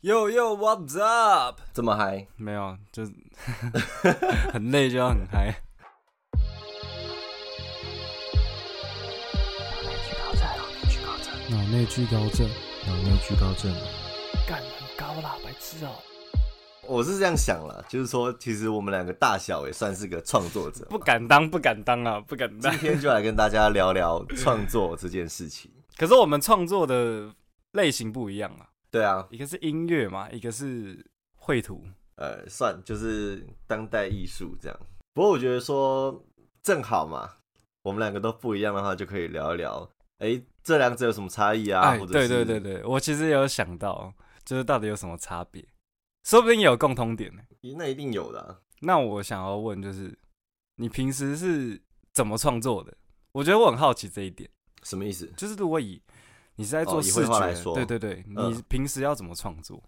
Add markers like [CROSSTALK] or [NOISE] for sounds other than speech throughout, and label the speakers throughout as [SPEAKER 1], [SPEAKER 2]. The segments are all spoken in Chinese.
[SPEAKER 1] Yo yo, what's up？
[SPEAKER 2] 这么嗨，
[SPEAKER 1] 没有，就 [LAUGHS] 很累就要很嗨。
[SPEAKER 3] 脑内聚高症，
[SPEAKER 4] 脑内聚高症，
[SPEAKER 3] 干很高啦，白痴哦、
[SPEAKER 2] 我是这样想了，就是说，其实我们两个大小也算是个创作者，
[SPEAKER 1] [LAUGHS] 不敢当，不敢当啊，不敢当
[SPEAKER 2] 今。天就来跟大家聊聊创作这件事
[SPEAKER 1] [LAUGHS]
[SPEAKER 2] 情。
[SPEAKER 1] 可是我们创作的类型不一样啊，
[SPEAKER 2] 对啊，
[SPEAKER 1] 一个是音乐嘛，一个是绘图。
[SPEAKER 2] 呃，算就是当代艺术这样。不过我觉得说正好嘛，我们两个都不一样的话，就可以聊一聊，哎、这两者有什么差异啊？
[SPEAKER 1] 哎，
[SPEAKER 2] 或者
[SPEAKER 1] 对对
[SPEAKER 2] 是
[SPEAKER 1] 对对，我其实也有想到，就是到底有什么差别，说不定也有共通点呢。
[SPEAKER 2] 对，那一定有的啊、
[SPEAKER 1] 那我想要问，就是你平时是怎么创作的？我觉得我很好奇这一点。
[SPEAKER 2] 什么意思？
[SPEAKER 1] 就是如果以你是在做
[SPEAKER 2] 哦以
[SPEAKER 1] 视
[SPEAKER 2] 绘画
[SPEAKER 1] 觉，
[SPEAKER 2] 来说
[SPEAKER 1] 对对对，
[SPEAKER 2] 嗯
[SPEAKER 1] 你平时要怎么创作？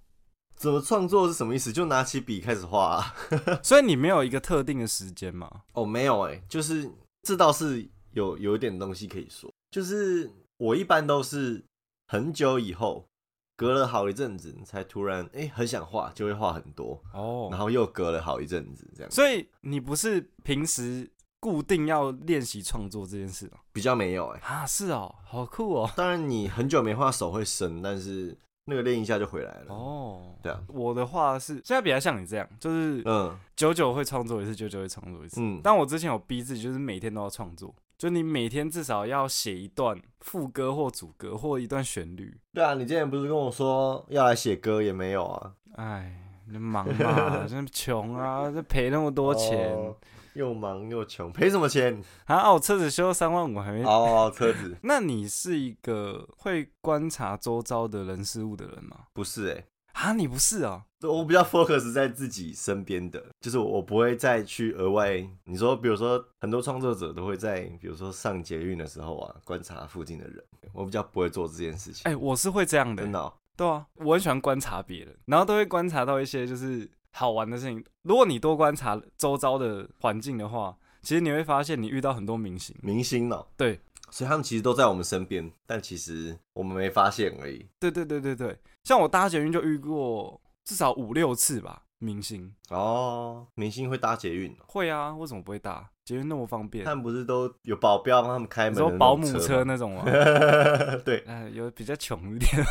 [SPEAKER 2] 怎么创作是什么意思？就拿起笔开始画、啊。
[SPEAKER 1] 所以你没有一个特定的时间嘛？
[SPEAKER 2] 哦，没有哎、就是这倒是有有一点东西可以说，就是我一般都是很久以后，隔了好一阵子才突然哎、诶很想画，就会画很多，然
[SPEAKER 1] 哦，
[SPEAKER 2] 后又隔了好一阵子这样，
[SPEAKER 1] 所以你不是平时固定要练习创作这件事哦
[SPEAKER 2] 比较没有哎、
[SPEAKER 1] 啊？是哦，好酷哦。
[SPEAKER 2] 当然你很久没画手会生，但是那个练一下就回来了。
[SPEAKER 1] 哦，
[SPEAKER 2] 对啊，
[SPEAKER 1] 我的话是现在比较像你这样，就是
[SPEAKER 2] 嗯
[SPEAKER 1] 久久会创作一次，久久会创作一次。
[SPEAKER 2] 嗯，
[SPEAKER 1] 但我之前有逼自己，就是每天都要创作，就你每天至少要写一段副歌或主歌或一段旋律。
[SPEAKER 2] 对啊，你之前不是跟我说要来写歌也没有啊？
[SPEAKER 1] 哎，你忙 [LAUGHS] 嘛，真穷啊，这赔那么多钱、
[SPEAKER 2] 哦又忙又穷，赔什么钱？
[SPEAKER 1] 啊！啊我车子修三万五还没。
[SPEAKER 2] 哦，车子
[SPEAKER 1] 那你是一个会观察周遭的人事物的人吗？
[SPEAKER 2] 不是哎、
[SPEAKER 1] 啊，你不是啊？
[SPEAKER 2] 我比较 focus 在自己身边的，就是我我不会再去额外，你说，比如说很多创作者都会在，比如说上捷运的时候啊，观察附近的人，我比较不会做这件事情。
[SPEAKER 1] 哎、我是会这样的、
[SPEAKER 2] 真的哦、
[SPEAKER 1] 对啊，我很喜欢观察别人，然后都会观察到一些就是好玩的事情。如果你多观察周遭的环境的话，其实你会发现你遇到很多明星。
[SPEAKER 2] 明星哦、
[SPEAKER 1] 对，
[SPEAKER 2] 所以他们其实都在我们身边，但其实我们没发现而已。
[SPEAKER 1] 对对对对对，像我搭捷运就遇过至少五六次吧，明星。
[SPEAKER 2] 哦，明星会搭捷运哦、
[SPEAKER 1] 会啊，为什么不会搭？捷运那么方便
[SPEAKER 2] 他，们不是都有保镖帮他们开
[SPEAKER 1] 你
[SPEAKER 2] 门
[SPEAKER 1] 说
[SPEAKER 2] 的
[SPEAKER 1] 保
[SPEAKER 2] 保
[SPEAKER 1] 姆车
[SPEAKER 2] 车吗？
[SPEAKER 1] 那种
[SPEAKER 2] [LAUGHS]
[SPEAKER 1] 吗？
[SPEAKER 2] 对
[SPEAKER 1] 呃，有比较穷一点，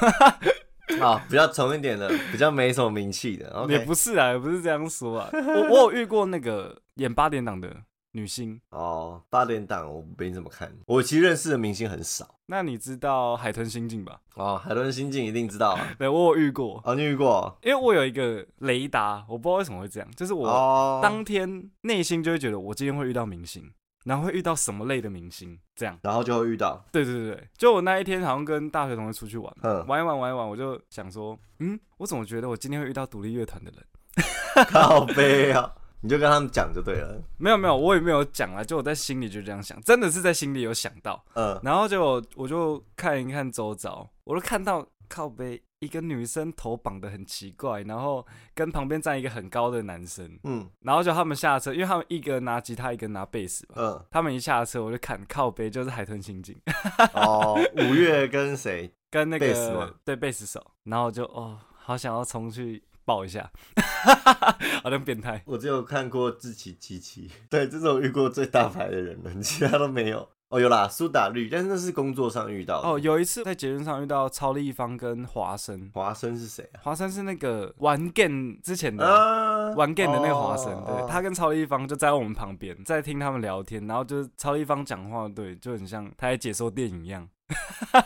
[SPEAKER 2] 啊，比较穷一点的，比较没什么名气的。
[SPEAKER 1] [LAUGHS]
[SPEAKER 2] OK，
[SPEAKER 1] 也不是啊，也不是这样说
[SPEAKER 2] [LAUGHS]
[SPEAKER 1] 啊。我我有遇过那个演八点档的女星，
[SPEAKER 2] 哦，八点档我没怎么看，我其实认识的明星很少。
[SPEAKER 1] 那你知道海豚刑警吧？
[SPEAKER 2] 哦，海豚心境一定知道啊。
[SPEAKER 1] 对我有遇过，
[SPEAKER 2] 哦，你遇过？
[SPEAKER 1] 因为我有一个雷达，我不知道为什么会这样，就是我
[SPEAKER 2] 哦，
[SPEAKER 1] 当天内心就会觉得我今天会遇到明星，然后会遇到什么类的明星，这样。
[SPEAKER 2] 然后就会遇到，
[SPEAKER 1] 对对对对，就我那一天好像跟大学同学出去玩，
[SPEAKER 2] 嗯，
[SPEAKER 1] 玩一玩玩一玩，我就想说，嗯，我怎么觉得我今天会遇到独立乐团的人？
[SPEAKER 2] 靠背啊，你就跟他们讲就对了。
[SPEAKER 1] 没有没有，我也没有讲啊，就我在心里就这样想，真的是在心里有想到。
[SPEAKER 2] 嗯， [LAUGHS]
[SPEAKER 1] 然后就我就看一看周遭，我就看到靠背一个女生头绑得很奇怪，然后跟旁边站一个很高的男生，
[SPEAKER 2] 嗯
[SPEAKER 1] 然后就他们下车，因为他们一个拿吉他，一个拿贝斯吧。
[SPEAKER 2] 嗯，
[SPEAKER 1] 他们一下车，我就看靠背就是海豚刑警 [LAUGHS]
[SPEAKER 2] 哦，五月跟谁？
[SPEAKER 1] 跟那
[SPEAKER 2] 贝斯吗
[SPEAKER 1] 个对贝斯手，然后我就哦，好想要冲去抱一下， [LAUGHS] 好像变态。
[SPEAKER 2] 我只有看过志崎七七，对，这是我遇过最大牌的人了，其他都没有。哦，有啦，苏打绿，但是那是工作上遇到的。
[SPEAKER 1] 哦，，有一次在节目上遇到超立方跟华生，
[SPEAKER 2] 华生是谁啊？
[SPEAKER 1] 华生是那个玩 game 之前的啊、
[SPEAKER 2] 啊
[SPEAKER 1] 玩 game 的那个华生，
[SPEAKER 2] 哦
[SPEAKER 1] 对他跟超立方就在我们旁边，在听他们聊天，然后就是超立方讲话，对，就很像他在解说电影一样。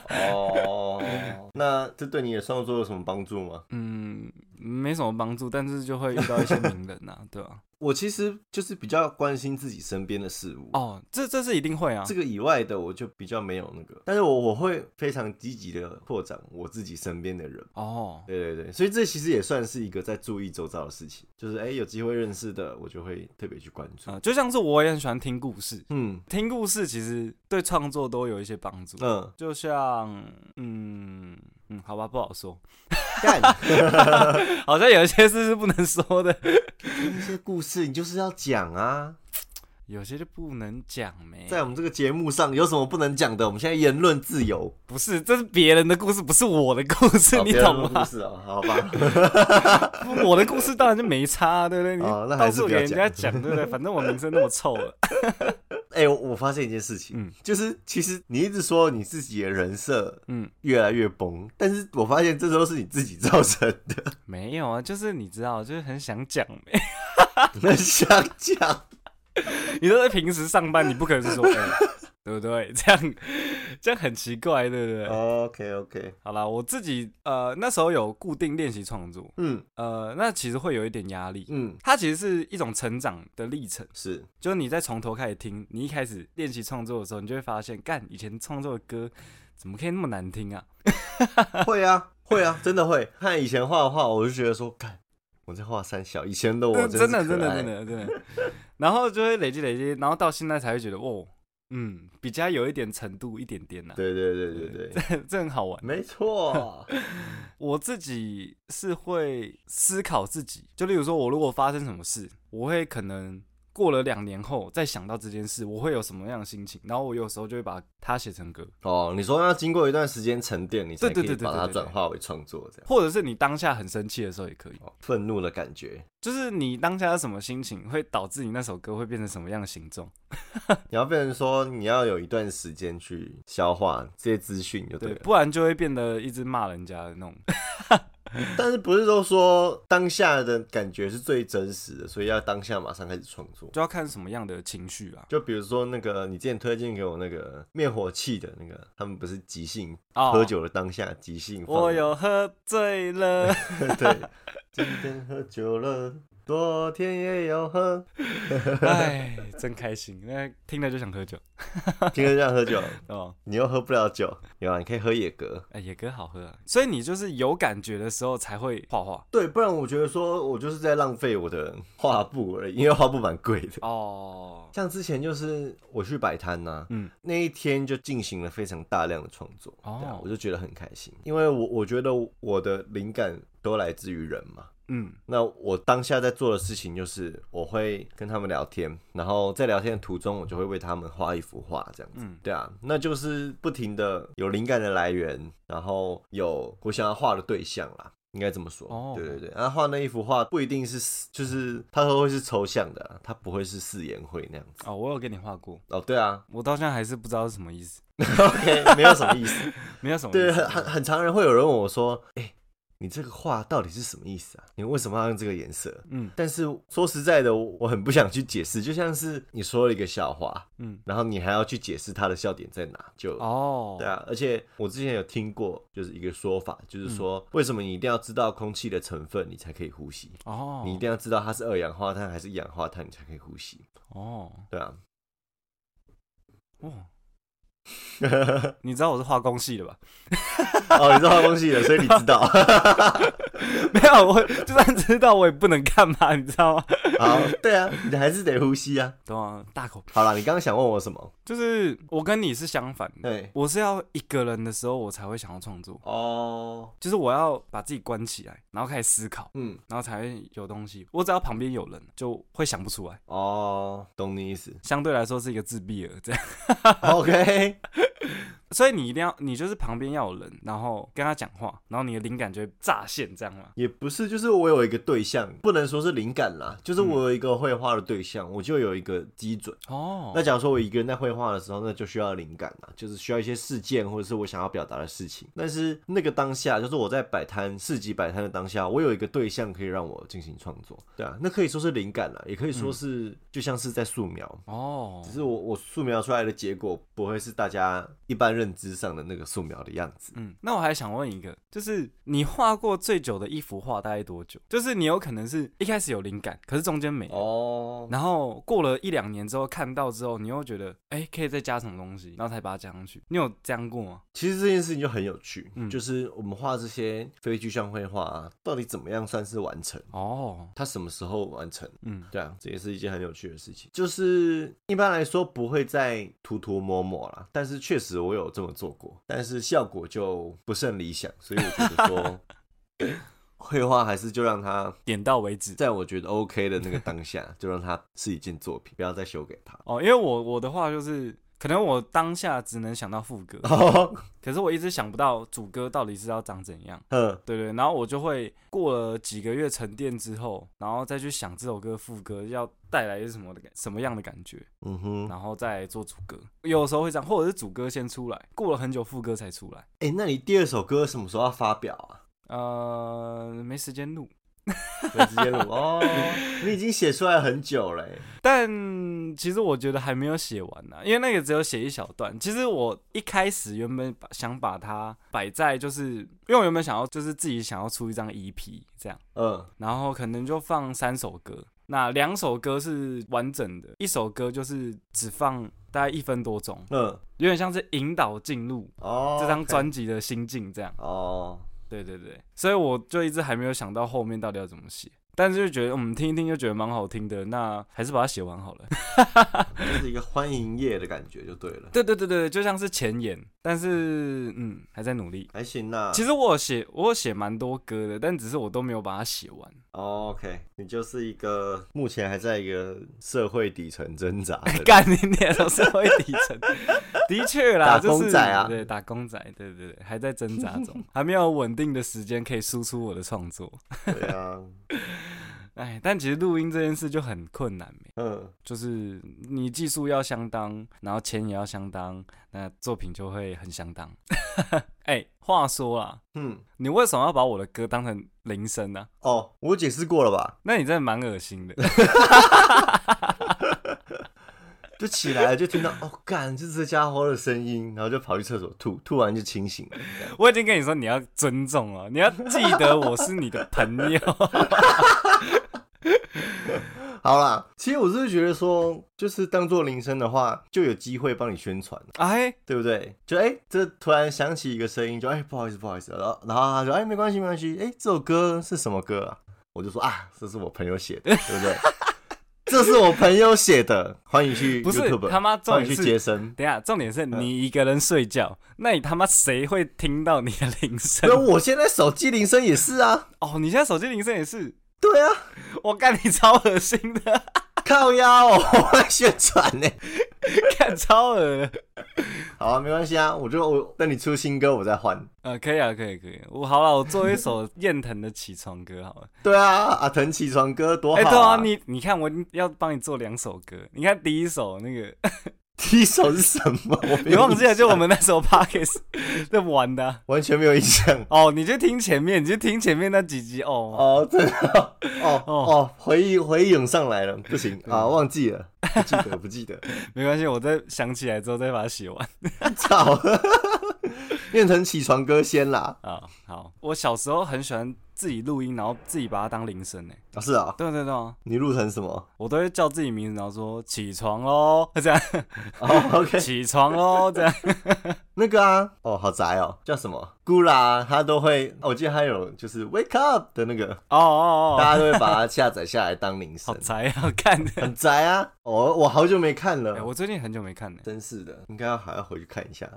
[SPEAKER 2] 哦，那这对你的创作有什么帮助吗？
[SPEAKER 1] 嗯，没什么帮助，但是就会遇到一些名人啊，对吧、
[SPEAKER 2] 我其实就是比较关心自己身边的事物。
[SPEAKER 1] [LAUGHS] 哦，这这是一定会啊
[SPEAKER 2] 这。个以外的我就比较没有那个，但是我我会非常积极的扩展我自己身边的人。
[SPEAKER 1] 哦，
[SPEAKER 2] 对对对，所以这其实也算是一个在注意周遭的事情，就是哎、有机会认识的，我就会特别去关注
[SPEAKER 1] 啊、。就像是我也很喜欢听故事，
[SPEAKER 2] 嗯
[SPEAKER 1] 听故事其实对创作都有一些帮助。
[SPEAKER 2] 嗯，
[SPEAKER 1] 就像，嗯嗯，好吧，不好 [LAUGHS] 说，
[SPEAKER 2] 干
[SPEAKER 1] 好像有一些事是不能说的。 [LAUGHS]
[SPEAKER 2] 这些故事你就是要讲啊，
[SPEAKER 1] 有些就不能讲没。
[SPEAKER 2] 在我们这个节目上有什么不能讲的？我们现在言论自
[SPEAKER 1] [LAUGHS]
[SPEAKER 2] 由，
[SPEAKER 1] 不是，这是别人的故事，不是我的故事，
[SPEAKER 2] 好
[SPEAKER 1] 你
[SPEAKER 2] 不要
[SPEAKER 1] 懂
[SPEAKER 2] 录
[SPEAKER 1] 吗
[SPEAKER 2] 故？事哦，好吧。
[SPEAKER 1] [LAUGHS] 我的故事当然就没差啊，对不对？你
[SPEAKER 2] 哦那还
[SPEAKER 1] 到
[SPEAKER 2] 是
[SPEAKER 1] 处
[SPEAKER 2] 不
[SPEAKER 1] 给
[SPEAKER 2] 要
[SPEAKER 1] 人
[SPEAKER 2] 讲
[SPEAKER 1] 家讲，对不
[SPEAKER 2] [LAUGHS]
[SPEAKER 1] 对？反正我名声那么臭了， [LAUGHS]
[SPEAKER 2] 哎、我我发现一件事情，
[SPEAKER 1] 嗯
[SPEAKER 2] 就是其实你一直说你自己的人设
[SPEAKER 1] 嗯，
[SPEAKER 2] 越来越崩，但是我发现这都是你自己造成的，
[SPEAKER 1] 没有啊，就是你知道，就是很想讲没。
[SPEAKER 2] [LAUGHS] 很想讲。
[SPEAKER 1] [LAUGHS] 你都在平时上班，你不可能是
[SPEAKER 2] [LAUGHS]
[SPEAKER 1] 说，哎，对不对？这样这样很奇怪，对不对？
[SPEAKER 2] 哦 OK OK，
[SPEAKER 1] 好啦，我自己呃那时候有固定练习创作，
[SPEAKER 2] 嗯
[SPEAKER 1] 呃，那其实会有一点压力。
[SPEAKER 2] 嗯，
[SPEAKER 1] 它其实是一种成长的历程， [LAUGHS]
[SPEAKER 2] 是
[SPEAKER 1] 就是你在从头开始听，你一开始练习创作的时候，你就会发现，干以前创作的歌怎么可以那么难听啊？
[SPEAKER 2] 会啊会啊，真的会。看以前画的画，我就觉得说，看我在画三小，以前的我
[SPEAKER 1] 真真的嗯
[SPEAKER 2] 是
[SPEAKER 1] 真
[SPEAKER 2] 可
[SPEAKER 1] 的
[SPEAKER 2] 爱
[SPEAKER 1] 真，的真的，然后就会累积累积，然后到现在才会觉得，哦，嗯，比较有一点程度一点点呐、
[SPEAKER 2] 对对对对对，
[SPEAKER 1] [LAUGHS] 这这很好玩。
[SPEAKER 2] [LAUGHS] 没错。
[SPEAKER 1] 我自己是会思考自己，就例如说，我如果发生什么事，我会可能过了两年后再想到这件事，我会有什么样的心情，然后我有时候就会把它写成歌，
[SPEAKER 2] 哦，你说要经过一段时间沉淀，你才
[SPEAKER 1] 对
[SPEAKER 2] 可
[SPEAKER 1] 对
[SPEAKER 2] 以
[SPEAKER 1] 对对
[SPEAKER 2] 把它
[SPEAKER 1] 对对对
[SPEAKER 2] 转化为创作，这样
[SPEAKER 1] 或者是你当下很生气的时候也可以，
[SPEAKER 2] 哦愤怒的感觉。
[SPEAKER 1] 就是你当下是什么心情，会导致你那首歌会变成什么样的形状。
[SPEAKER 2] 你要变成说，你要有一段时间去消化这些资讯，就对
[SPEAKER 1] 对，
[SPEAKER 2] 了。
[SPEAKER 1] 不然就会变得一直骂人家的那种。
[SPEAKER 2] 但是不是都说当下的感觉是最真实的，所以要当下马上开始创作。
[SPEAKER 1] 就要看什么样的情绪啊。
[SPEAKER 2] 就比如说那个你之前推荐给我那个灭火器的那个，他们不是即兴、
[SPEAKER 1] 哦
[SPEAKER 2] 喝，酒的当下即兴放的。
[SPEAKER 1] 我有喝醉
[SPEAKER 2] [LAUGHS]
[SPEAKER 1] 了，
[SPEAKER 2] 对，今天喝酒了，昨天也有喝，
[SPEAKER 1] 哎，真开心。那听了就想喝酒
[SPEAKER 2] 今天这样喝酒，
[SPEAKER 1] 哦。
[SPEAKER 2] 你又喝不了酒，有啊，你可以喝野格。
[SPEAKER 1] 哎，野哥好喝啊。所以你就是有感觉的时候才会画画
[SPEAKER 2] 对，不然我觉得说我就是在浪费我的画布而已，因为画布蛮贵的。
[SPEAKER 1] 哦。
[SPEAKER 2] 像之前就是我去摆摊呐，
[SPEAKER 1] 嗯
[SPEAKER 2] 那一天就进行了非常大量的创作，
[SPEAKER 1] 哦
[SPEAKER 2] 对啊我就觉得很开心，因为我我觉得我的灵感都来自于人嘛。
[SPEAKER 1] 嗯，
[SPEAKER 2] 那我当下在做的事情就是，我会跟他们聊天，然后在聊天的途中，我就会为他们画一幅画，这样子。
[SPEAKER 1] 嗯
[SPEAKER 2] 对啊，那就是不停的有灵感的来源，然后有我想要画的对象啦，应该这么说。
[SPEAKER 1] 哦
[SPEAKER 2] 对对对，那画那一幅画不一定是，就是它都会是抽象的啊，它不会是四言会那样子。
[SPEAKER 1] 哦，我有给你画过，
[SPEAKER 2] 哦，对啊 [LAUGHS]
[SPEAKER 1] 我到现在还是不知道是什么意思，
[SPEAKER 2] ，OK，没有什么
[SPEAKER 1] [LAUGHS]
[SPEAKER 2] 意思。
[SPEAKER 1] 没有什么
[SPEAKER 2] 对，
[SPEAKER 1] 意
[SPEAKER 2] 很
[SPEAKER 1] 思。嗯
[SPEAKER 2] 很很常人会有人问我说，哎、你这个画到底是什么意思啊？你为什么要用这个颜色？
[SPEAKER 1] 嗯
[SPEAKER 2] 但是说实在的，我我很不想去解释，就像是你说了一个笑话，
[SPEAKER 1] 嗯，
[SPEAKER 2] 然后你还要去解释它的笑点在哪，就、
[SPEAKER 1] 哦
[SPEAKER 2] 对，啊。而且我之前有听过，就是一个说法，就是说、为什么你一定要知道空气的成分，你才可以呼吸？
[SPEAKER 1] 哦，
[SPEAKER 2] 你一定要知道它是二氧化碳还是一氧化碳，你才可以呼吸，
[SPEAKER 1] 哦，
[SPEAKER 2] 对啊。 [LAUGHS]
[SPEAKER 1] 哦，你知道我是化工系的吧？ [LAUGHS]
[SPEAKER 2] 哦，你知道东西了，所以你知 [LAUGHS] 道。
[SPEAKER 1] 没有，我就算知道我也不能干嘛，你知道吗？
[SPEAKER 2] 好，对啊，你还是得呼吸啊。
[SPEAKER 1] 对啊，大口
[SPEAKER 2] 好了，你刚刚想问我什么？
[SPEAKER 1] 就是我跟你是相反的，
[SPEAKER 2] 对，
[SPEAKER 1] 我是要一个人的时候我才会想要创作，
[SPEAKER 2] 哦，
[SPEAKER 1] 就是我要把自己关起来，然后开始思考，
[SPEAKER 2] 嗯，
[SPEAKER 1] 然后才会有东西。我只要旁边有人，就会想不出来。
[SPEAKER 2] 哦，懂你意思。
[SPEAKER 1] 相对来说是一个自闭儿这样，
[SPEAKER 2] OK，
[SPEAKER 1] 所以你一定要，你就是旁边要有人，然后跟他讲话，然后你的灵感就会乍现，这样嘛。
[SPEAKER 2] 也不是，就是我有一个对象，不能说是灵感啦，就是
[SPEAKER 1] 嗯
[SPEAKER 2] 我有一个绘画的对象，我就有一个基准。那
[SPEAKER 1] 哦，
[SPEAKER 2] 假如说我一个人在绘画的时候，那就需要灵感啦，就是需要一些事件或者是我想要表达的事情。但是那个当下，就是我在摆摊市集摆摊的当下，我有一个对象可以让我进行创作，对啊，那可以说是灵感啦，也可以说是、就像是在素描。
[SPEAKER 1] 嗯哦
[SPEAKER 2] 只，是我我素描出来的结果不会是大家一般认知上的那个素描的样子。
[SPEAKER 1] 嗯，那我还想问一个，就是你画过最久的一幅画大概多久？就是你有可能是一开始有灵感，可是中间没了
[SPEAKER 2] 哦，
[SPEAKER 1] 然后过了一两年之后看到之后，你又觉得哎、诶可以再加什么东西，然后才把它加上去。你有这样过吗？
[SPEAKER 2] 其实这件事情就很有趣，
[SPEAKER 1] 嗯
[SPEAKER 2] 就是我们画这些非具象绘画啊，到底怎么样算是完成？
[SPEAKER 1] 哦，
[SPEAKER 2] 它什么时候完成？
[SPEAKER 1] 嗯，
[SPEAKER 2] 对啊，这也是一件很有趣的事情。就是一般来说不会再涂涂抹抹啦，但是确实我有这么做过，但是效果就不甚理想，所以我觉得说，绘画还是就让它
[SPEAKER 1] 点到为止。
[SPEAKER 2] 在我觉得 OK 的那个当下，就让它是一件作品，不要再修改它。 [LAUGHS]
[SPEAKER 1] 哦，因为我我的话就是，可能我当下只能想到副歌，
[SPEAKER 2] 哦
[SPEAKER 1] 可是我一直想不到主歌到底是要长怎样。
[SPEAKER 2] 嗯，
[SPEAKER 1] 对对，然后我就会过了几个月沉淀之后，然后再去想这首歌副歌要带来是什么的感什么样的感觉，
[SPEAKER 2] 嗯哼，
[SPEAKER 1] 然后再做主歌。有时候会这样，或者是主歌先出来，过了很久副歌才出来。
[SPEAKER 2] 哎、那你第二首歌什么时候要发表啊？
[SPEAKER 1] 呃，没时间录，
[SPEAKER 2] 没
[SPEAKER 1] [LAUGHS]
[SPEAKER 2] 时间录哦，你已经写出来很久了欸、
[SPEAKER 1] 但其实我觉得还没有写完呢、啊因为那个只有写一小段。其实我一开始原本把想把它摆在，就是因为我原本想要就是自己想要出一张 EP 这样，
[SPEAKER 2] 嗯，
[SPEAKER 1] 然后可能就放三首歌，那两首歌是完整的，一首歌就是只放大概一分多钟，
[SPEAKER 2] 嗯，
[SPEAKER 1] 有点像是引导进入
[SPEAKER 2] 哦，
[SPEAKER 1] 这张
[SPEAKER 2] OK
[SPEAKER 1] 专辑的心境这样。
[SPEAKER 2] 哦，
[SPEAKER 1] 对对对，所以我就一直还没有想到后面到底要怎么写。但是就觉得，嗯，听一听就觉得蛮好听的，那还是把它写完好了。
[SPEAKER 2] 就是一个欢迎夜的感觉就对了，
[SPEAKER 1] 对对对对，就像是前言，但是嗯，还在努力。
[SPEAKER 2] 还行啦。
[SPEAKER 1] 其实我有写，我有写蛮多歌的，但只是我都没有把它写完。
[SPEAKER 2] 哦 OK，你就是一个目前还在一个社会底层挣扎的人，
[SPEAKER 1] [LAUGHS] 干你脸都是会底
[SPEAKER 2] [LAUGHS]
[SPEAKER 1] 层，的确啦，
[SPEAKER 2] 打工
[SPEAKER 1] 就是
[SPEAKER 2] 仔啊
[SPEAKER 1] 对，打工仔，对对对，还在挣扎
[SPEAKER 2] [LAUGHS]
[SPEAKER 1] 中，还没有稳定的时间可以输出我的创作。
[SPEAKER 2] 对啊，
[SPEAKER 1] 哎，但其实录音这件事就很困难没，
[SPEAKER 2] 嗯，
[SPEAKER 1] 就是你技术要相当，然后钱也要相当，那作品就会很相当。 [LAUGHS] 哎，话说啦，
[SPEAKER 2] 嗯，
[SPEAKER 1] 你为什么要把我的歌当成铃声啊呢、
[SPEAKER 2] 哦，我解释过了吧？
[SPEAKER 1] 那你真的蛮恶心的。 [LAUGHS]
[SPEAKER 2] 就起来了，就听到 [LAUGHS] 哦，干，就这家伙的声音，然后就跑去厕所吐，吐完就清醒了。
[SPEAKER 1] 我已经跟你说你要尊重了，你要记得我是你的朋友。 [LAUGHS]
[SPEAKER 2] 好啦，其实我是觉得说，就是当做铃声的话，就有机会帮你宣传，
[SPEAKER 1] 哎，
[SPEAKER 2] 对不对？就哎、这突然响起一个声音，就哎、不好意思，不好意思，然后然后他说哎、没关系，没关系，哎、这首歌是什么歌啊？我就说啊，这是我朋友写的，
[SPEAKER 1] [LAUGHS]
[SPEAKER 2] 对不对？这是我朋友写的，欢迎去
[SPEAKER 1] 不是
[SPEAKER 2] YouTube，
[SPEAKER 1] 他妈重
[SPEAKER 2] 欢
[SPEAKER 1] 点
[SPEAKER 2] 迎去
[SPEAKER 1] 是
[SPEAKER 2] 接生。
[SPEAKER 1] 等一下，重点是你一个人睡觉，那你他妈谁会听到你的铃声
[SPEAKER 2] 那？我现在手机铃声也是啊，
[SPEAKER 1] 哦，你现在手机铃声也是，
[SPEAKER 2] 对啊，
[SPEAKER 1] 我干你超恶心的， [LAUGHS]
[SPEAKER 2] 靠腰哦， [LAUGHS] 我在宣传呢。
[SPEAKER 1] 干超恶的。
[SPEAKER 2] 好啊，没关系啊，我就我等你出新歌，我再换。
[SPEAKER 1] 呃，可以啊，可以，可以。我好了，我做一首燕腾的起床歌好了。
[SPEAKER 2] 对啊，阿腾起床歌多好、
[SPEAKER 1] 哎、对啊，
[SPEAKER 2] [LAUGHS]
[SPEAKER 1] 你你看，我要帮你做两首歌。你看第一首那个，
[SPEAKER 2] 第一首是什
[SPEAKER 1] [LAUGHS]
[SPEAKER 2] 么？我没
[SPEAKER 1] 你
[SPEAKER 2] 有
[SPEAKER 1] 忘记了？
[SPEAKER 2] 印象
[SPEAKER 1] 就我们那时候 Parkes 在玩的啊、
[SPEAKER 2] 完全没有印象。
[SPEAKER 1] 哦，你就听前面，你就听前面那几集哦。
[SPEAKER 2] 哦，真的，哦
[SPEAKER 1] 哦
[SPEAKER 2] 哦，回忆回忆涌上来了，不行啊，忘记了，不记得，不记得，
[SPEAKER 1] 没关系，我再想起来之后再把它写完 [LAUGHS]
[SPEAKER 2] [LAUGHS] 操，变成起床歌先啦，
[SPEAKER 1] 啊。好，我小时候很喜欢自己录音，然后自己把它当铃声呢。
[SPEAKER 2] 啊是啊，
[SPEAKER 1] 对对对啊，
[SPEAKER 2] 你录成什么？
[SPEAKER 1] 我都会叫自己名字，然后说起床喽， [LAUGHS] 这样
[SPEAKER 2] 哦，OK， [LAUGHS]
[SPEAKER 1] 起床喽， [LAUGHS] 这样。
[SPEAKER 2] 那个啊，哦，好宅哦，叫什么？咕啦，他都会，哦我记得他有就是 wake up 的那个，
[SPEAKER 1] 哦哦哦，
[SPEAKER 2] 大家都会把它下载下来当铃
[SPEAKER 1] 好
[SPEAKER 2] [LAUGHS] 声，
[SPEAKER 1] 宅啊， [LAUGHS] 看的。
[SPEAKER 2] 很宅啊，哦，我好久没看了
[SPEAKER 1] 哎，，我最近很久没看呢。
[SPEAKER 2] 真是的，应该要还要回去看一下。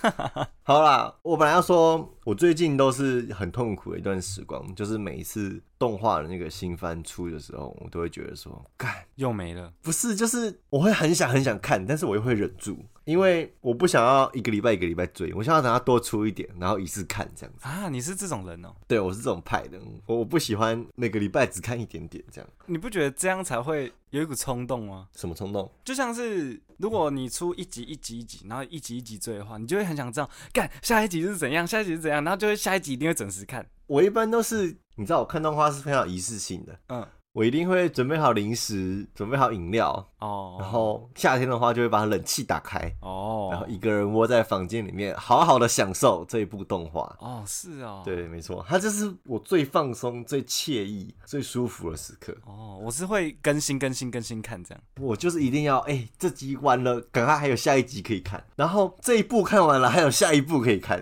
[SPEAKER 2] [LAUGHS] 好啦，我本来要说，我最近都是很痛苦的一段时光，就是每一次动画的那个新番出的时候，我都会觉得说，干
[SPEAKER 1] 又没了。
[SPEAKER 2] 不是，就是我会很想很想看，但是我又会忍住，因为我不想要一个礼拜一个礼拜追，我想要等它多出一点，然后一次看这样子。
[SPEAKER 1] 啊，你是这种人哦，
[SPEAKER 2] 对我是这种派的，我我不喜欢每个礼拜只看一点点这样，
[SPEAKER 1] 你不觉得这样才会有一股冲动吗？
[SPEAKER 2] 什么冲动？
[SPEAKER 1] 就像是如果你出一集一集一集，然后一集一集追的话，你就会很想知道，干下一集是怎样，下一集是怎样，然后就会下一集一定会准时看。
[SPEAKER 2] 我一般都是，你知道，我看动画是非常有仪式性的，
[SPEAKER 1] 嗯，
[SPEAKER 2] 我一定会准备好零食，准备好饮料，
[SPEAKER 1] 哦，
[SPEAKER 2] 然后夏天的话就会把冷气打开，
[SPEAKER 1] 哦，
[SPEAKER 2] 然后一个人窝在房间里面，好好的享受这一部动画。
[SPEAKER 1] 哦是哦，，
[SPEAKER 2] 对，没错，它就是我最放松、最惬意、最舒服的时刻。
[SPEAKER 1] 哦，我是会更新更新更新看这样。
[SPEAKER 2] 我就是一定要，哎、这集完了，赶快还有下一集可以看，然后这一部看完了，还有下一部可以看。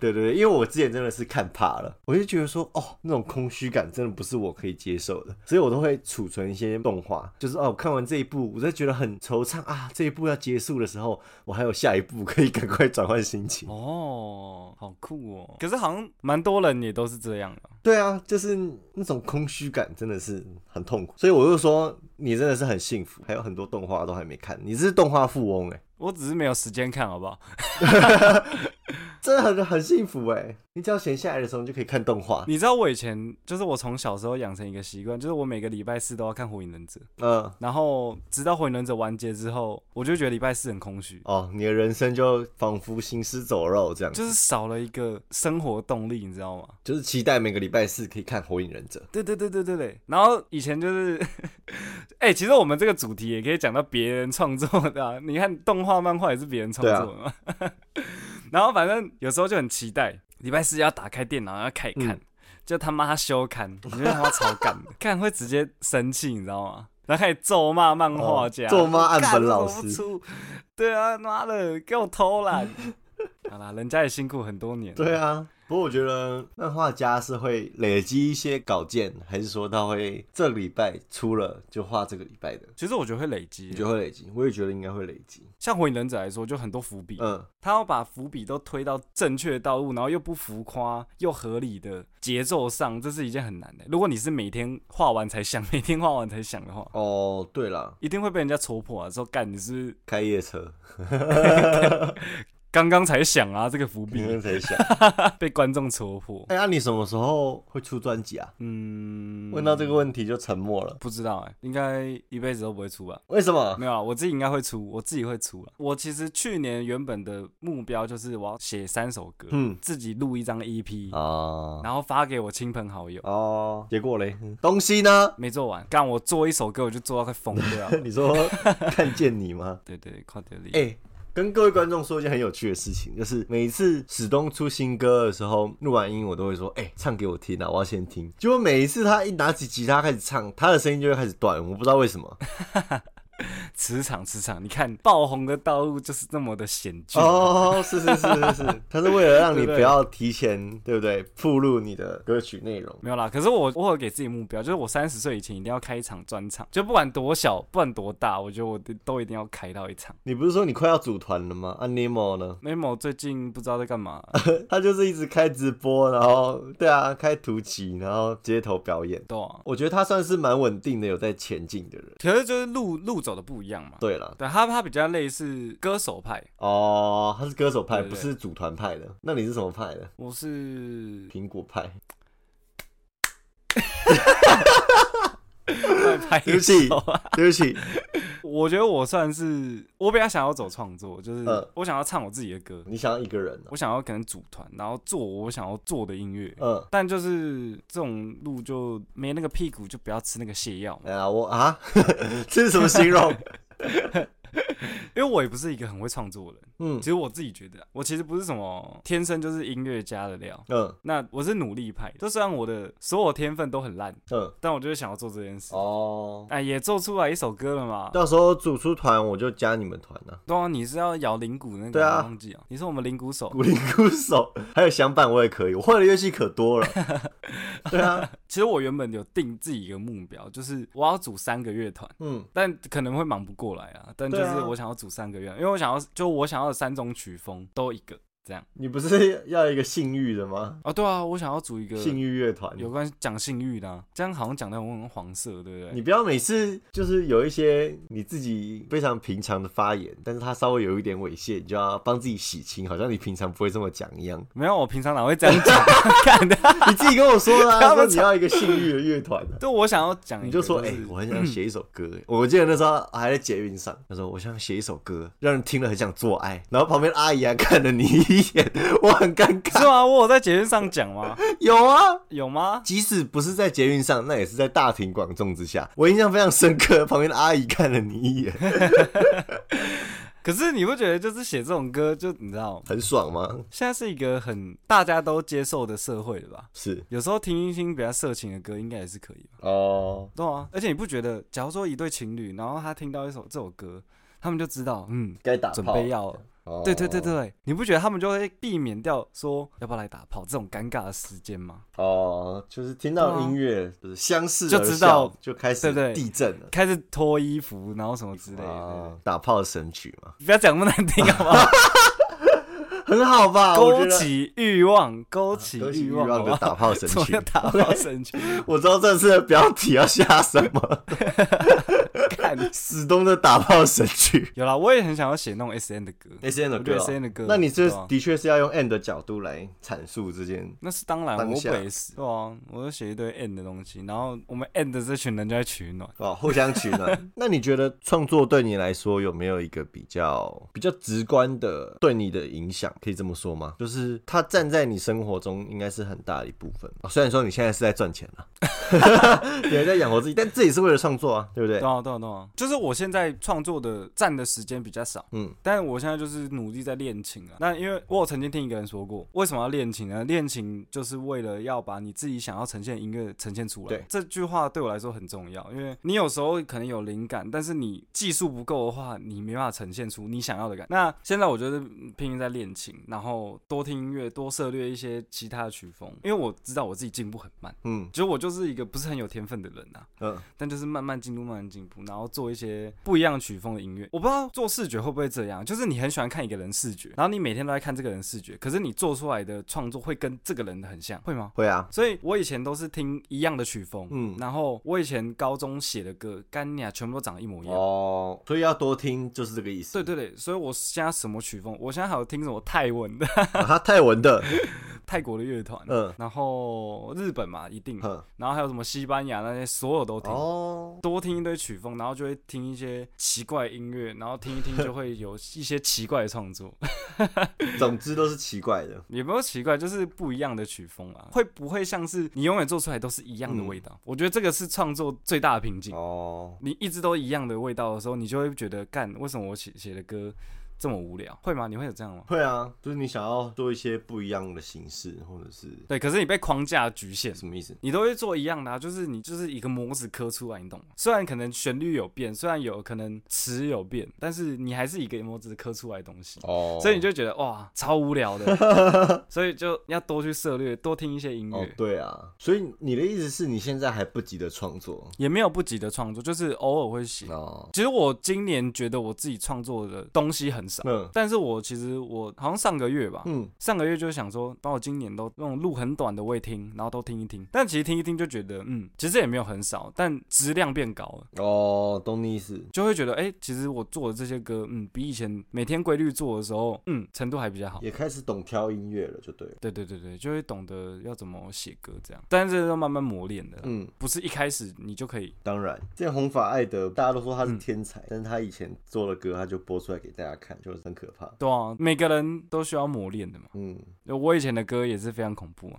[SPEAKER 2] 对对对，因为我之前真的是看怕了，我就觉得说，哦，那种空虚感真的不是我可以接受的，所以我都会储存一些动画，就是哦，我看完这一部，我就觉得很惆怅啊，这一部要结束的时候，我还有下一部可以赶快转换心
[SPEAKER 1] [LAUGHS]
[SPEAKER 2] 情。
[SPEAKER 1] 哦，好酷哦！可是好像蛮多人也都是这样的。
[SPEAKER 2] 对啊，就是那种空虚感真的是很痛苦，所以我就说你真的是很幸福，还有很多动画都还没看，你是动画富翁哎、
[SPEAKER 1] 我只是没有时间看，好不好？
[SPEAKER 2] 真的很很幸福哎、你只要闲下来的时候，你就可以看动画。
[SPEAKER 1] 你知道我以前就是我从小时候养成一个习惯，就是我每个礼拜四都要看《火影忍者》，
[SPEAKER 2] 嗯，
[SPEAKER 1] 然后直到《火影忍者》完结之后，我就觉得礼拜四很空虚，
[SPEAKER 2] 哦，你的人生就仿佛行尸走肉这样，
[SPEAKER 1] 就是少了一个生活动力，你知道吗？
[SPEAKER 2] 就是期待每个礼拜四可以看《火影忍者》。
[SPEAKER 1] 对对对对对对。然后以前就是，哎、其实我们这个主题也可以讲到别人创作的、啊，你看动画、漫画也是别人创
[SPEAKER 2] 啊
[SPEAKER 1] 作的嘛。 [LAUGHS] 然后反正有时候就很期待礼拜四要打开电脑要开看，
[SPEAKER 2] 嗯
[SPEAKER 1] 就他妈休刊，我觉得他妈超干的， [LAUGHS] 看会直接生气，你知道吗？然后开始咒骂漫画家，
[SPEAKER 2] 哦咒骂岸
[SPEAKER 1] 干
[SPEAKER 2] 本老
[SPEAKER 1] 为什么不
[SPEAKER 2] 师
[SPEAKER 1] 出对啊，妈的，给我偷
[SPEAKER 2] [LAUGHS]
[SPEAKER 1] 懒。好啦，人家也辛苦很多年。
[SPEAKER 2] 对啊，不过我觉得漫画家是会累积一些稿件，还是说他会这个礼拜出了就画这个礼拜的？
[SPEAKER 1] 其实我觉得会累积
[SPEAKER 2] 你，觉得会累积？我也觉得应该会累积。
[SPEAKER 1] 像火影忍者来说，就很多伏笔。
[SPEAKER 2] 嗯，
[SPEAKER 1] 他要把伏笔都推到正确的道路，然后又不浮夸又合理的节奏上，这是一件很难的。如果你是每天画完才想， [LAUGHS] 每天画完才想的话，
[SPEAKER 2] 哦，对了，
[SPEAKER 1] 一定会被人家戳破啊！说干你是不是
[SPEAKER 2] 开夜车，
[SPEAKER 1] 刚刚才想啊，这个伏笔
[SPEAKER 2] [LAUGHS] 你们谁想？
[SPEAKER 1] 被观众戳破。
[SPEAKER 2] 哎、呀，你什么时候会出专辑啊？
[SPEAKER 1] 嗯，
[SPEAKER 2] 问到这个问题就沉默了。
[SPEAKER 1] 不知道哎、应该一辈子都不会出吧？
[SPEAKER 2] 为什么？
[SPEAKER 1] 没有啊，我自己应该会出，我自己会出了。我其实去年原本的目标就是我要写三首歌，
[SPEAKER 2] 嗯
[SPEAKER 1] 自己录一张 E EP，、
[SPEAKER 2] 啊
[SPEAKER 1] 然后发给我亲朋好友。
[SPEAKER 2] 哦，结果嘞，东西呢？
[SPEAKER 1] 没做完，干我做一首歌我就做到快疯掉。
[SPEAKER 2] 你 [LAUGHS] 说看见你吗？
[SPEAKER 1] [LAUGHS] 对对，快点力。
[SPEAKER 2] 哎、跟各位观众说一件很有趣的事情，就是每一次史东出新歌的时候，录完音我都会说：“哎、唱给我听啊，我要先听。”结果每一次他一拿起吉他开始唱，他的声音就会开始断，我不知道为什么。
[SPEAKER 1] 磁场磁场，你看爆红的道路就是这么的险峻。啊
[SPEAKER 2] [LAUGHS] 哦，是是是是是， [LAUGHS] 他是为了让你
[SPEAKER 1] 对不对
[SPEAKER 2] 不要提前，对不对？铺露你的歌曲内容。
[SPEAKER 1] 没有啦，可是我我有给自己目标，就是我三十岁以前一定要开一场专场，就不管多小，不管多大，我觉得我都都一定要开到一场。
[SPEAKER 2] 你不是说你快要组团了吗？啊，Nemo 呢？
[SPEAKER 1] Memo 最近不知道在干嘛，
[SPEAKER 2] 他就是一直开直播，然后对啊，开图集，然后街头表演。
[SPEAKER 1] 对啊，
[SPEAKER 2] 我觉得他算是蛮稳定的，有在前进的人。
[SPEAKER 1] 可是就是路路走的不一样嘛。
[SPEAKER 2] 对了，
[SPEAKER 1] 对，他他比较类似歌手派，
[SPEAKER 2] 哦，他是歌手派，
[SPEAKER 1] 对对
[SPEAKER 2] 不是组团派的。那你是什么派的？
[SPEAKER 1] 我是
[SPEAKER 2] 苹果
[SPEAKER 1] [LAUGHS]
[SPEAKER 2] 派。
[SPEAKER 1] 外派
[SPEAKER 2] 对不起
[SPEAKER 1] 手啊。
[SPEAKER 2] 对不起，
[SPEAKER 1] 我觉得我算是我比较想要走创作，就是
[SPEAKER 2] 嗯
[SPEAKER 1] 我想要唱我自己的歌。
[SPEAKER 2] 你想要一个人、哦？
[SPEAKER 1] 我想要可能组团，然后做我想要做的音乐。
[SPEAKER 2] 嗯，
[SPEAKER 1] 但就是这种路就没那个屁股，就不要吃那个泻药嘛。
[SPEAKER 2] 哎呀，我啊， [LAUGHS] 这是什么
[SPEAKER 1] [LAUGHS]
[SPEAKER 2] 形容？
[SPEAKER 1] 因为我也不是一个很会创作的人，
[SPEAKER 2] 嗯
[SPEAKER 1] 其实我自己觉得，啊我其实不是什么天生就是音乐家的料。
[SPEAKER 2] 嗯
[SPEAKER 1] 那我是努力派，就虽然我的所有天分都很烂，
[SPEAKER 2] 嗯，
[SPEAKER 1] 但我就是想要做这件事。
[SPEAKER 2] 哦，
[SPEAKER 1] 哎，也做出来一首歌了嘛。
[SPEAKER 2] 到时候组出团我就加你们团啊。
[SPEAKER 1] 对啊，你是要摇铃鼓那个？
[SPEAKER 2] 对啊
[SPEAKER 1] 我忘记啊。你是我们铃鼓手。
[SPEAKER 2] 鼓 [LAUGHS] 励鼓手，还有响板我也可以，我会的乐器
[SPEAKER 1] [LAUGHS]
[SPEAKER 2] 可多了。对啊，
[SPEAKER 1] 其实我原本有定自己一个目标，就是我要组三个乐团。
[SPEAKER 2] 嗯，
[SPEAKER 1] 但可能会忙不过来啊。但就
[SPEAKER 2] 对
[SPEAKER 1] 是
[SPEAKER 2] 啊
[SPEAKER 1] 我想要组三个月，因为我想要，就我想要的三种曲风都一个这样。
[SPEAKER 2] 你不是要一个性欲的吗？
[SPEAKER 1] 哦，对啊，我想要组一个
[SPEAKER 2] 性欲乐团，
[SPEAKER 1] 有关讲性欲的、啊，这样好像讲的我很黄色，对不
[SPEAKER 2] 你
[SPEAKER 1] 对？。
[SPEAKER 2] 不要每次就是有一些你自己非常平常的发言，但是他稍微有一点猥亵，你就要帮自己洗清，好像你平常不会这么讲一样
[SPEAKER 1] [LAUGHS] 没有，我平常哪会这样讲？啊 [LAUGHS] 看的，
[SPEAKER 2] 你自己跟我说啦、
[SPEAKER 1] 他
[SPEAKER 2] 说
[SPEAKER 1] 们
[SPEAKER 2] 你要一个性欲的乐团、
[SPEAKER 1] [LAUGHS]
[SPEAKER 2] 啊。
[SPEAKER 1] 就我想要讲
[SPEAKER 2] 你
[SPEAKER 1] 一个、
[SPEAKER 2] 就说，哎、
[SPEAKER 1] 是
[SPEAKER 2] 我很想写一首歌。我记得那时候还在捷运上，他说我想写一首歌，让人听了很想做爱。然后旁边阿姨还看了你一眼，我很尴
[SPEAKER 1] [LAUGHS]
[SPEAKER 2] 尬。
[SPEAKER 1] 是吗？我有在节目上讲吗？
[SPEAKER 2] 有啊，
[SPEAKER 1] 有吗？
[SPEAKER 2] 即使不是在捷运上，那也是在大庭广众之下。我印象非常深刻，旁边的阿姨看了你一眼，
[SPEAKER 1] 可是你不觉得就是写这种歌，就你知道，
[SPEAKER 2] 很爽吗？
[SPEAKER 1] 现在是一个很大家都接受的社会了吧？
[SPEAKER 2] 是
[SPEAKER 1] 有时候听一听比较色情的歌，应该也是可以吧？
[SPEAKER 2] 哦，
[SPEAKER 1] 对啊，而且你不觉得，假如说一对情侣，然后他听到一首这首歌，他们就知道，嗯，
[SPEAKER 2] 该打
[SPEAKER 1] 准
[SPEAKER 2] 炮
[SPEAKER 1] 备要了
[SPEAKER 2] 哦
[SPEAKER 1] 对对对，对，你不觉得他们就会避免掉说要不要来打炮这种尴尬的时间吗？
[SPEAKER 2] 哦，就是听到音乐就是相似
[SPEAKER 1] 啊就
[SPEAKER 2] 而
[SPEAKER 1] 知道
[SPEAKER 2] 笑就开始
[SPEAKER 1] 对对
[SPEAKER 2] 地震了
[SPEAKER 1] 开始脱衣服，然后什么之类的，
[SPEAKER 2] 哦，打炮神曲嘛，
[SPEAKER 1] 不要讲那么难听好不好？ [LAUGHS]
[SPEAKER 2] 很好吧？ [LAUGHS] 我
[SPEAKER 1] 勾
[SPEAKER 2] 觉得啊
[SPEAKER 1] 起欲望，勾起
[SPEAKER 2] 勾起欲
[SPEAKER 1] 望，好
[SPEAKER 2] 望
[SPEAKER 1] 不
[SPEAKER 2] 的
[SPEAKER 1] 好
[SPEAKER 2] 打炮
[SPEAKER 1] [LAUGHS]
[SPEAKER 2] 神
[SPEAKER 1] 怎么
[SPEAKER 2] 曲
[SPEAKER 1] 叫。打炮神 [LAUGHS] 曲？
[SPEAKER 2] 我知道这次的标题要下什么，
[SPEAKER 1] 看，
[SPEAKER 2] 史东的打炮神
[SPEAKER 1] [LAUGHS]
[SPEAKER 2] 曲。
[SPEAKER 1] 有啦，我也很想要写那种 S N 的歌
[SPEAKER 2] S N 的
[SPEAKER 1] 我觉
[SPEAKER 2] 歌
[SPEAKER 1] 得
[SPEAKER 2] 哦、
[SPEAKER 1] SN 的歌
[SPEAKER 2] 那你这
[SPEAKER 1] 对啊
[SPEAKER 2] 的确是要用 N 的角度来阐述这件
[SPEAKER 1] 那是当然，
[SPEAKER 2] 当
[SPEAKER 1] 我
[SPEAKER 2] 下
[SPEAKER 1] 北死，对啊，我就写一堆 N 的东西，然后我们 N 的这群人就在取暖。
[SPEAKER 2] 哦，互相取暖。那你觉得创作对你来说有没有一个比较比较直观的对你的影响？可以这么说吗？就是它站在你生活中应该是很大的一部分。哦、虽然说你现在是在赚钱了、 [LAUGHS] 啊，你还在养活自己，但这也是为了创作啊，对不对？
[SPEAKER 1] 对啊，对啊，对啊，就是我现在创作的占的时间比较少，
[SPEAKER 2] 嗯，
[SPEAKER 1] 但我现在就是努力在练琴啊。那因为我有曾经听一个人说过，为什么要练琴呢？练琴就是为了要把你自己想要呈现的音乐呈现出来。
[SPEAKER 2] 对
[SPEAKER 1] 这句话对我来说很重要，因为你有时候可能有灵感，但是你技术不够的话，你没办法呈现出你想要的感。那现在我觉得拼命在练琴，然后多听音乐，多涉猎一些其他的曲风，因为我知道我自己进步很慢。
[SPEAKER 2] 嗯
[SPEAKER 1] 其实我就是一个不是很有天分的人啊，
[SPEAKER 2] 嗯，
[SPEAKER 1] 但就是慢慢进步，慢慢进步，然后做一些不一样曲风的音乐。我不知道做视觉会不会这样，就是你很喜欢看一个人视觉，然后你每天都在看这个人视觉，可是你做出来的创作会跟这个人的很像，会吗？
[SPEAKER 2] 会啊，
[SPEAKER 1] 所以我以前都是听一样的曲风，嗯
[SPEAKER 2] 嗯，
[SPEAKER 1] 然后我以前高中写的歌，干你啊，全部都长得一模一样。
[SPEAKER 2] 哦，所以要多听，就是这个意思。
[SPEAKER 1] 对对对，所以我现在什么曲风，我现在还有听什么泰文的、 [LAUGHS]
[SPEAKER 2] 啊他泰文的，
[SPEAKER 1] 泰国的乐团，
[SPEAKER 2] 嗯
[SPEAKER 1] 然后日本嘛一定，
[SPEAKER 2] 嗯，
[SPEAKER 1] 然后还有什么西班牙那些，所有都听。
[SPEAKER 2] 哦，
[SPEAKER 1] 多听一堆曲风，然后就会听一些奇怪音乐，然后听一听就会有一些奇怪的创作， [LAUGHS]
[SPEAKER 2] 总之都是奇怪的。
[SPEAKER 1] 也没有奇怪，就是不一样的曲风啊。会不会像是你永远做出来都是一样的味道？我觉得这个是创作最大的瓶颈。
[SPEAKER 2] 哦，
[SPEAKER 1] 你一直都一样的味道的时候，你就会觉得干，为什么我写写的歌这么无聊？会吗？你会有这样吗？
[SPEAKER 2] 会啊，就是你想要做一些不一样的形式，或者是
[SPEAKER 1] 对，可是你被框架局限，
[SPEAKER 2] 什么意思？
[SPEAKER 1] 你都会做一样的、啊，就是你就是一个模子刻出来，你懂吗？虽然可能旋律有变，虽然有可能词有变，但是你还是一个模子刻出来的东西。
[SPEAKER 2] 哦
[SPEAKER 1] 所以你就觉得哇，超无聊的，
[SPEAKER 2] [LAUGHS]
[SPEAKER 1] 所以就要多去涉猎，多听一些音乐。
[SPEAKER 2] 哦，对啊，所以你的意思是你现在还不急着创作
[SPEAKER 1] 也没有不急的创作，就是偶尔会写。
[SPEAKER 2] 哦？
[SPEAKER 1] 其实我今年觉得我自己创作的东西很少，
[SPEAKER 2] 嗯
[SPEAKER 1] 但是我其实我好像上个月吧，
[SPEAKER 2] 嗯，
[SPEAKER 1] 上个月就想说，把我今年都那种路很短的我也听，然后都听一听。但其实听一听就觉得，嗯，其实也没有很少，但质量变高了。
[SPEAKER 2] 哦，懂你意思。
[SPEAKER 1] 就会觉得，哎、其实我做的这些歌，嗯，比以前每天规律做的时候，嗯，程度还比较好。
[SPEAKER 2] 也开始懂挑音乐了，就对了。
[SPEAKER 1] 对对对对，就会懂得要怎么写歌这样，但是这都慢慢磨练的啦，
[SPEAKER 2] 嗯，
[SPEAKER 1] 不是一开始你就可以。
[SPEAKER 2] 当然，这样红发艾德，大家都说他是
[SPEAKER 1] 嗯
[SPEAKER 2] 天才，但是他以前做的歌，他就播出来给大家看，就是很可怕。
[SPEAKER 1] 对啊，每个人都需要磨练的嘛。
[SPEAKER 2] 嗯，
[SPEAKER 1] 我以前的歌也是非常恐怖啊，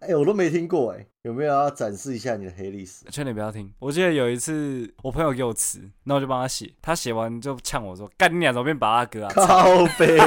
[SPEAKER 2] 哎、我都没听过哎、有没有要展示一下你的黑历史？ [LAUGHS]
[SPEAKER 1] 劝你不要听。我记得有一次，我朋友给我词，那我就帮他写，他写完就呛我说：“干你俩怎么变巴拉歌啊
[SPEAKER 2] 靠背，？”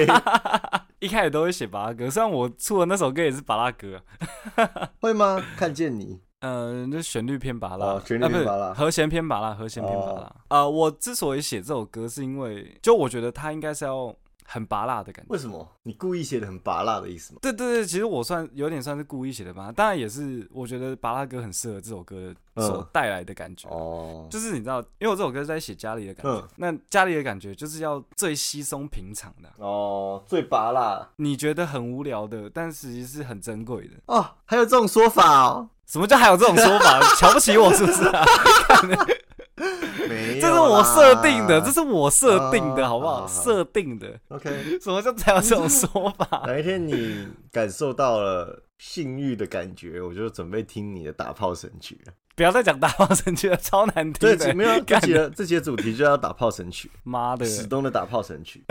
[SPEAKER 1] 一开始都会写巴拉歌，虽然我出的那首歌也是巴拉歌、啊，
[SPEAKER 2] 会吗？看见你，
[SPEAKER 1] 嗯、就旋律偏拔啦，
[SPEAKER 2] 哦旋律偏拔辣
[SPEAKER 1] 啊不是和弦偏拔啦，和弦偏拔啦。
[SPEAKER 2] 哦
[SPEAKER 1] 啊、我之所以写这首歌，是因为就我觉得它应该是要很拔辣的感觉。
[SPEAKER 2] 为什么？你故意写的很拔辣的意思吗？
[SPEAKER 1] 对对对，其实我算有点算是故意写的吧，当然也是我觉得巴拉歌很适合这首歌所
[SPEAKER 2] 嗯
[SPEAKER 1] 带来的感觉。
[SPEAKER 2] 哦，
[SPEAKER 1] 就是你知道，因为我这首歌是在写家里的感觉，
[SPEAKER 2] 嗯
[SPEAKER 1] 那家里的感觉就是要最稀松平常的，啊
[SPEAKER 2] 哦，最拔辣
[SPEAKER 1] 你觉得很无聊的，但其实是很珍贵的。
[SPEAKER 2] 哦，还有这种说法哦？
[SPEAKER 1] 什么叫还有这种说法？ [LAUGHS] 瞧不起我是不是
[SPEAKER 2] [LAUGHS]
[SPEAKER 1] 啊？
[SPEAKER 2] 没有
[SPEAKER 1] 这
[SPEAKER 2] 啦，
[SPEAKER 1] 是我设定的，这是我设定的，
[SPEAKER 2] 啊
[SPEAKER 1] 好不
[SPEAKER 2] 好
[SPEAKER 1] 好？
[SPEAKER 2] 好
[SPEAKER 1] 设定的， [LAUGHS]
[SPEAKER 2] OK。
[SPEAKER 1] 什么叫才有这种说法？ [LAUGHS]
[SPEAKER 2] 哪一天你感受到了性欲的感觉，我就准备听你的打炮神
[SPEAKER 1] [LAUGHS]
[SPEAKER 2] 曲了。
[SPEAKER 1] 不要再讲大话神曲了，超难听
[SPEAKER 2] 这集
[SPEAKER 1] 的。
[SPEAKER 2] 没有这
[SPEAKER 1] 干
[SPEAKER 2] 集的这集的主题就要打炮神曲，
[SPEAKER 1] 妈的！
[SPEAKER 2] 史东的打炮神曲。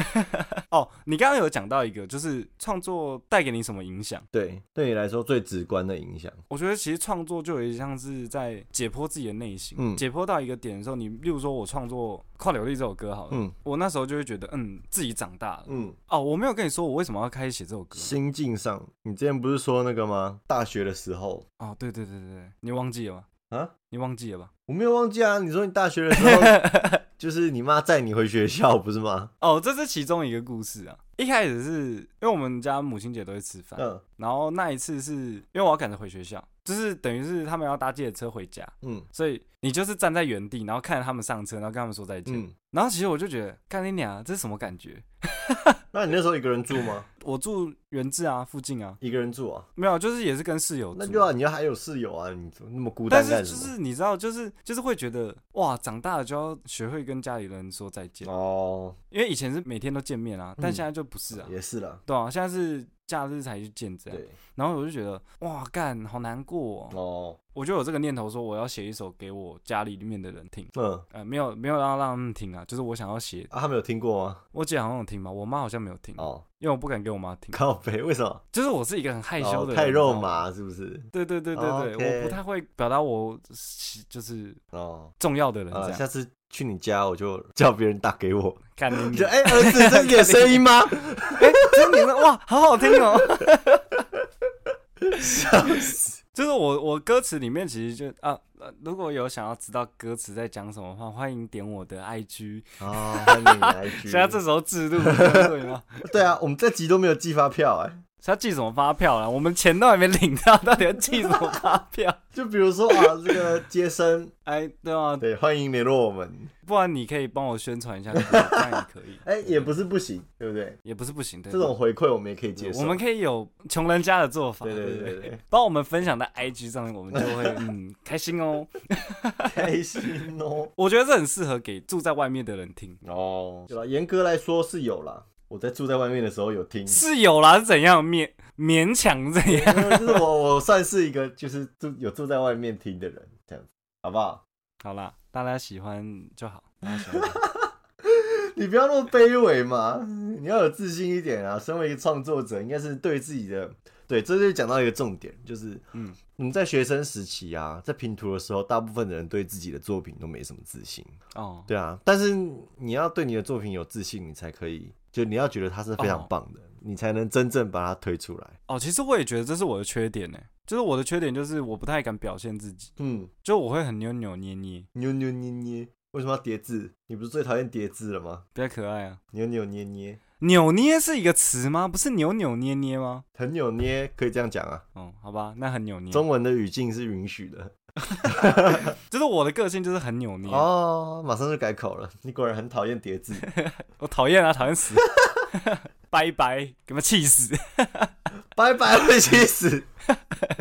[SPEAKER 1] 哦，你刚刚有讲到一个，就是创作带给你什么影响？
[SPEAKER 2] 对，对你来说最直观的影响。
[SPEAKER 1] 我觉得其实创作就有点像是在解剖自己的内心，
[SPEAKER 2] 嗯
[SPEAKER 1] 解剖到一个点的时候，你例如说我创作《跨流力》这首歌好了，
[SPEAKER 2] 嗯
[SPEAKER 1] 我那时候就会觉得，嗯，自己长大了。
[SPEAKER 2] 嗯，
[SPEAKER 1] 哦，我没有跟你说我为什么要开始写这首歌。
[SPEAKER 2] 心境上，你之前不是说那个吗？大学的时候
[SPEAKER 1] 哦，对对对对对，你忘记了吗？
[SPEAKER 2] 啊，
[SPEAKER 1] 你忘记了吧？
[SPEAKER 2] 我没有忘记啊。你说你
[SPEAKER 1] [LAUGHS]
[SPEAKER 2] 大学的时候，就是你妈载你回学校，不是吗？
[SPEAKER 1] 哦，这是其中一个故事啊。一一开始是因为我们家母亲节都会吃饭，
[SPEAKER 2] 嗯
[SPEAKER 1] 然后那一次是因为我要赶着回学校，就是等于是他们要搭计程车回家，
[SPEAKER 2] 嗯
[SPEAKER 1] 所以你就是站在原地，然后看着他们上车，然后跟他们说再见。
[SPEAKER 2] 嗯。
[SPEAKER 1] 然后其实我就觉得，干你娘，啊这是什么感觉？
[SPEAKER 2] 那你那时候一个人住吗？
[SPEAKER 1] 我住原治啊，附近啊，
[SPEAKER 2] 一个人住啊？
[SPEAKER 1] 没有，就是也是跟室友住。
[SPEAKER 2] 那就要你要还有室友啊，你怎么那么孤
[SPEAKER 1] 但
[SPEAKER 2] 单
[SPEAKER 1] 是
[SPEAKER 2] 干
[SPEAKER 1] 就
[SPEAKER 2] 什么？
[SPEAKER 1] 是你知道，就是就是会觉得哇，长大了就要学会跟家里人说再见，
[SPEAKER 2] 哦，
[SPEAKER 1] 因为以前是每天都见面啊，但
[SPEAKER 2] 嗯
[SPEAKER 1] 现在就不是啊，
[SPEAKER 2] 也是啦，
[SPEAKER 1] 对啊，现在是假日才去见这样。
[SPEAKER 2] 对，
[SPEAKER 1] 然后我就觉得哇，干好难过、哦，
[SPEAKER 2] 哦，
[SPEAKER 1] 我就有这个念头说我要写一首给我家里面的人听，
[SPEAKER 2] 嗯，
[SPEAKER 1] 呃，没有没有让让他们听啊，就是我想要写，
[SPEAKER 2] 啊，他们有听过吗？
[SPEAKER 1] 我姐好像有听吧，我妈好像没有听，
[SPEAKER 2] 哦，
[SPEAKER 1] 因为我不敢给我妈听，
[SPEAKER 2] 靠北，为什么？
[SPEAKER 1] 就是我是一个很害羞
[SPEAKER 2] 哦
[SPEAKER 1] 的人，
[SPEAKER 2] 太肉
[SPEAKER 1] 你知道吗。
[SPEAKER 2] 麻是不是？
[SPEAKER 1] 对对对对对，我
[SPEAKER 2] OK
[SPEAKER 1] 不太会表达我喜就是
[SPEAKER 2] 哦，
[SPEAKER 1] 重要的人
[SPEAKER 2] 啊，
[SPEAKER 1] 这
[SPEAKER 2] 下
[SPEAKER 1] 样。
[SPEAKER 2] 次去你家我就叫别人打
[SPEAKER 1] [LAUGHS]
[SPEAKER 2] 给我，
[SPEAKER 1] 看
[SPEAKER 2] 你
[SPEAKER 1] 你
[SPEAKER 2] [LAUGHS] 就，哎，儿子，这是
[SPEAKER 1] [LAUGHS]
[SPEAKER 2] 你的声音吗？
[SPEAKER 1] 哎，真的你们哇，好好听哦。
[SPEAKER 2] [LAUGHS] 笑死，
[SPEAKER 1] 就是我我歌词里面其实就啊、呃，如果有想要知道歌词在讲什么的话，欢迎点我的 IG。
[SPEAKER 2] 哦，欢迎
[SPEAKER 1] [LAUGHS]
[SPEAKER 2] 你来 IG。
[SPEAKER 1] 现在这时候制度对吗？
[SPEAKER 2] 对啊，我们这集都没有寄发票哎、
[SPEAKER 1] 是要寄什么发票啦？我们钱都还没领到，到底要寄什么发票？
[SPEAKER 2] [LAUGHS] 就比如说啊，这个
[SPEAKER 1] [LAUGHS]
[SPEAKER 2] 接生，
[SPEAKER 1] 哎，对啊，
[SPEAKER 2] 对，欢迎联络我们。
[SPEAKER 1] 不然你可以帮我宣传一下，这样也可以，
[SPEAKER 2] [LAUGHS] 哎、也不是不行，对不对？
[SPEAKER 1] 也不是不行。对
[SPEAKER 2] 这种回馈我们也可以接受。
[SPEAKER 1] 我们可以有穷人家的做法，
[SPEAKER 2] 对
[SPEAKER 1] 对
[SPEAKER 2] 对
[SPEAKER 1] 不
[SPEAKER 2] 对对，
[SPEAKER 1] 帮我们分享在 IG 上面，我们就
[SPEAKER 2] [LAUGHS]
[SPEAKER 1] 会嗯开心哦。
[SPEAKER 2] 开心哦。
[SPEAKER 1] 我觉得这很适合给住在外面的人听，
[SPEAKER 2] 哦，对啦，严格来说是有啦。我在住在外面的时候有听，
[SPEAKER 1] 是有啦，是怎样勉勉强怎
[SPEAKER 2] [LAUGHS]
[SPEAKER 1] 样？
[SPEAKER 2] 因为就是我我算是一个就是住有住在外面听的人，这样子好不好？
[SPEAKER 1] 好啦，大家喜欢就好，大家喜欢就好。
[SPEAKER 2] 你不要那么卑微嘛，你要有自信一点啊！身为一个创作者，应该是对自己的对，这就讲到一个重点，就是
[SPEAKER 1] 嗯，
[SPEAKER 2] 你在学生时期啊，在拼图的时候，大部分的人对自己的作品都没什么自信，
[SPEAKER 1] 哦，
[SPEAKER 2] 对啊。但是你要对你的作品有自信，你才可以，就你要觉得它是非常
[SPEAKER 1] 哦
[SPEAKER 2] 棒的，你才能真正把它推出来。
[SPEAKER 1] 哦，其实我也觉得这是我的缺点呢，就是我的缺点就是我不太敢表现自己，
[SPEAKER 2] 嗯，
[SPEAKER 1] 就我会很扭扭捏捏，
[SPEAKER 2] 扭扭捏捏，为什么要叠字？你不是最讨厌叠字了吗？
[SPEAKER 1] 比较可爱啊。
[SPEAKER 2] 扭扭捏捏，
[SPEAKER 1] 扭捏是一个词吗？不是扭扭捏捏吗？
[SPEAKER 2] 很扭捏，可以这样讲啊。
[SPEAKER 1] 哦，好吧，那很扭捏。
[SPEAKER 2] 中文的语境是允许的。
[SPEAKER 1] 就是我的个性就是很扭捏，
[SPEAKER 2] 哦，马上就改口了。你果然很讨厌叠字。 [LAUGHS]
[SPEAKER 1] 我讨厌啊，讨厌死， [LAUGHS] 拜拜，给他们气死， [LAUGHS]
[SPEAKER 2] 拜拜，会气死。 [LAUGHS]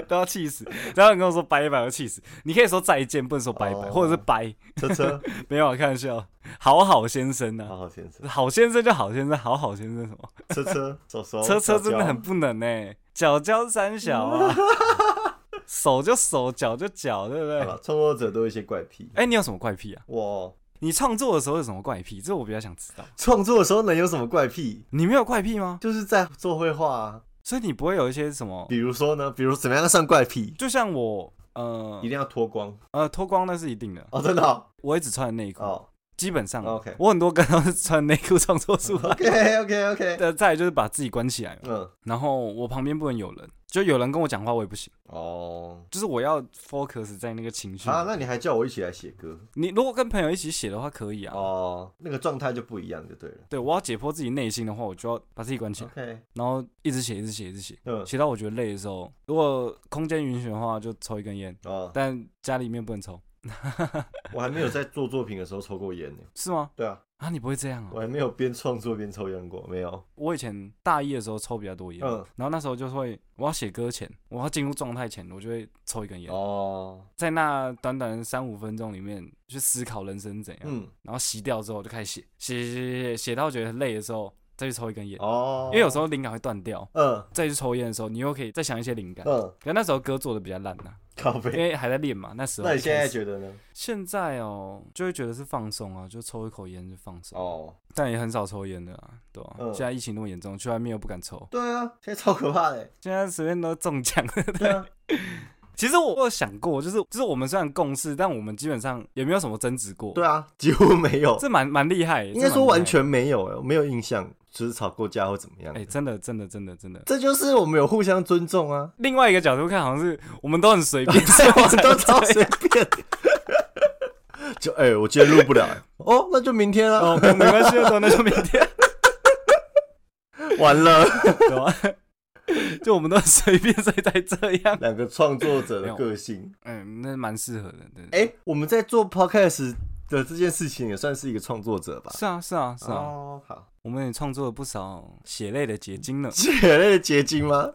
[SPEAKER 1] 都要气死。然后你跟我说拜拜，我气死。你可以说再见，不能说拜拜，
[SPEAKER 2] 哦
[SPEAKER 1] 或者是拜，
[SPEAKER 2] 车车，
[SPEAKER 1] 没有啊，开玩笑。好好先生
[SPEAKER 2] 好
[SPEAKER 1] 啊，
[SPEAKER 2] 好先生。
[SPEAKER 1] 好先生就好先生，好好先生什么？
[SPEAKER 2] 车车，手手。
[SPEAKER 1] 车车
[SPEAKER 2] 脚
[SPEAKER 1] 真的
[SPEAKER 2] 脚
[SPEAKER 1] 很不能呢、欸脚交三小啊， [LAUGHS] 手就手，脚就脚，对不对
[SPEAKER 2] 嗯好？了。创作者都有一些怪癖。
[SPEAKER 1] 哎、你有什么怪癖啊？
[SPEAKER 2] 我
[SPEAKER 1] 你创作的时候有什么怪癖？这我比较想知道。
[SPEAKER 2] 创作的时候能有什么怪癖？
[SPEAKER 1] 你没有怪癖吗？
[SPEAKER 2] 就是在做绘画啊。
[SPEAKER 1] 所以你不会有一些什么？
[SPEAKER 2] 比如说呢，比如怎么样算怪癖？
[SPEAKER 1] 就像我，呃
[SPEAKER 2] 一定要脱光
[SPEAKER 1] 呃，脱光那是一定的。
[SPEAKER 2] 哦，真的哦。
[SPEAKER 1] 我也只穿内裤，
[SPEAKER 2] 哦
[SPEAKER 1] 基本上啊
[SPEAKER 2] OK
[SPEAKER 1] 我很多歌都是穿内裤创作
[SPEAKER 2] [LAUGHS]
[SPEAKER 1] 出来。
[SPEAKER 2] OK OK OK。
[SPEAKER 1] 呃，再来就是把自己关起来嘛，
[SPEAKER 2] 嗯，
[SPEAKER 1] 然后我旁边不能有人，就有人跟我讲话我也不行，
[SPEAKER 2] 哦。
[SPEAKER 1] 就是我要 focus 在那个情绪。
[SPEAKER 2] 啊，那你还叫我一起来写歌
[SPEAKER 1] 你如果跟朋友一起写的话可以啊，
[SPEAKER 2] 哦，那个状态就不一样就对了。
[SPEAKER 1] 对我要解剖自己内心的话，我就要把自己关起来，
[SPEAKER 2] OK，
[SPEAKER 1] 然后一直写，一直写，一直写，
[SPEAKER 2] 嗯，
[SPEAKER 1] 写到我觉得累的时候，如果空间允许的话，就抽一根烟，
[SPEAKER 2] 哦，
[SPEAKER 1] 但家里面不能抽，
[SPEAKER 2] 我还没有在做作品的时候抽过烟
[SPEAKER 1] [LAUGHS]
[SPEAKER 2] 呢。
[SPEAKER 1] 是吗？
[SPEAKER 2] 对啊，
[SPEAKER 1] 啊，你不会这样
[SPEAKER 2] 我
[SPEAKER 1] 啊！
[SPEAKER 2] 还没有边创作边抽烟过，没有。
[SPEAKER 1] 我以前大一的时候抽比较多烟，
[SPEAKER 2] 嗯
[SPEAKER 1] 然后那时候就会，我要写歌前，我要进入状态前，我就会抽一根烟，
[SPEAKER 2] 哦，
[SPEAKER 1] 在那短短的三五分钟里面去思考人生怎样，
[SPEAKER 2] 嗯，
[SPEAKER 1] 然后洗掉之后就开始写，写写写写写到觉得累的时候再去抽一根烟，
[SPEAKER 2] 哦，
[SPEAKER 1] 因为有时候灵感会断掉，
[SPEAKER 2] 嗯
[SPEAKER 1] 再去抽烟的时候，你又可以再想一些灵感。
[SPEAKER 2] 嗯，
[SPEAKER 1] 可那时候歌做的比较烂呐、
[SPEAKER 2] 咖
[SPEAKER 1] 因
[SPEAKER 2] 啡。
[SPEAKER 1] 为还在练嘛。那时候
[SPEAKER 2] [LAUGHS] 那你现在
[SPEAKER 1] 开始
[SPEAKER 2] 觉得呢？
[SPEAKER 1] 现在哦，就会觉得是放松啊，就抽一口烟就放松，
[SPEAKER 2] 哦，
[SPEAKER 1] 但也很少抽烟的啊，对啊
[SPEAKER 2] 嗯
[SPEAKER 1] 现在疫情那么严重，去外面又不敢抽，
[SPEAKER 2] 对啊，现在超可怕的。
[SPEAKER 1] 现在随便都中奖。 [LAUGHS]
[SPEAKER 2] 对啊，
[SPEAKER 1] 其实我有想过，就是就是我们虽然共事，但我们基本上也没有什么争执过。
[SPEAKER 2] 对啊，几乎
[SPEAKER 1] [LAUGHS]
[SPEAKER 2] 没有，
[SPEAKER 1] 这蛮蛮厉害，
[SPEAKER 2] 应该
[SPEAKER 1] 这蛮厉害
[SPEAKER 2] 说完。全没有，我没有印象，只是吵过架或怎么样
[SPEAKER 1] 哎、。真的真的真的真的。
[SPEAKER 2] 这就是我们有互相尊重啊，
[SPEAKER 1] 另外一个角度看，好像是我们都很随
[SPEAKER 2] [LAUGHS]
[SPEAKER 1] 便， [LAUGHS] 哦所以
[SPEAKER 2] 我
[SPEAKER 1] 我
[SPEAKER 2] 们
[SPEAKER 1] 才
[SPEAKER 2] 都
[SPEAKER 1] 会
[SPEAKER 2] 超
[SPEAKER 1] 这样
[SPEAKER 2] 随便的。 [LAUGHS] 就哎、
[SPEAKER 1] [LAUGHS]
[SPEAKER 2] 我哦今天录不了、哎哦，那就明天啊。
[SPEAKER 1] 哦，没关系，那就明天。
[SPEAKER 2] 完
[SPEAKER 1] [LAUGHS]
[SPEAKER 2] 了，
[SPEAKER 1] 对吧？就我们都随便所以才这
[SPEAKER 2] [LAUGHS]
[SPEAKER 1] 样，
[SPEAKER 2] [LAUGHS] 两个创作者
[SPEAKER 1] 没
[SPEAKER 2] 的
[SPEAKER 1] 有
[SPEAKER 2] 个性。
[SPEAKER 1] 嗯，那蛮适合的，对。
[SPEAKER 2] 哎、我们在做 podcast 的这件事情也算是一个创作者吧？
[SPEAKER 1] 是啊，是啊，是啊，
[SPEAKER 2] 哦，好， [LAUGHS]
[SPEAKER 1] 我们也创作了不少血泪的结晶呢。
[SPEAKER 2] 血泪的结
[SPEAKER 1] [LAUGHS]
[SPEAKER 2] 晶吗？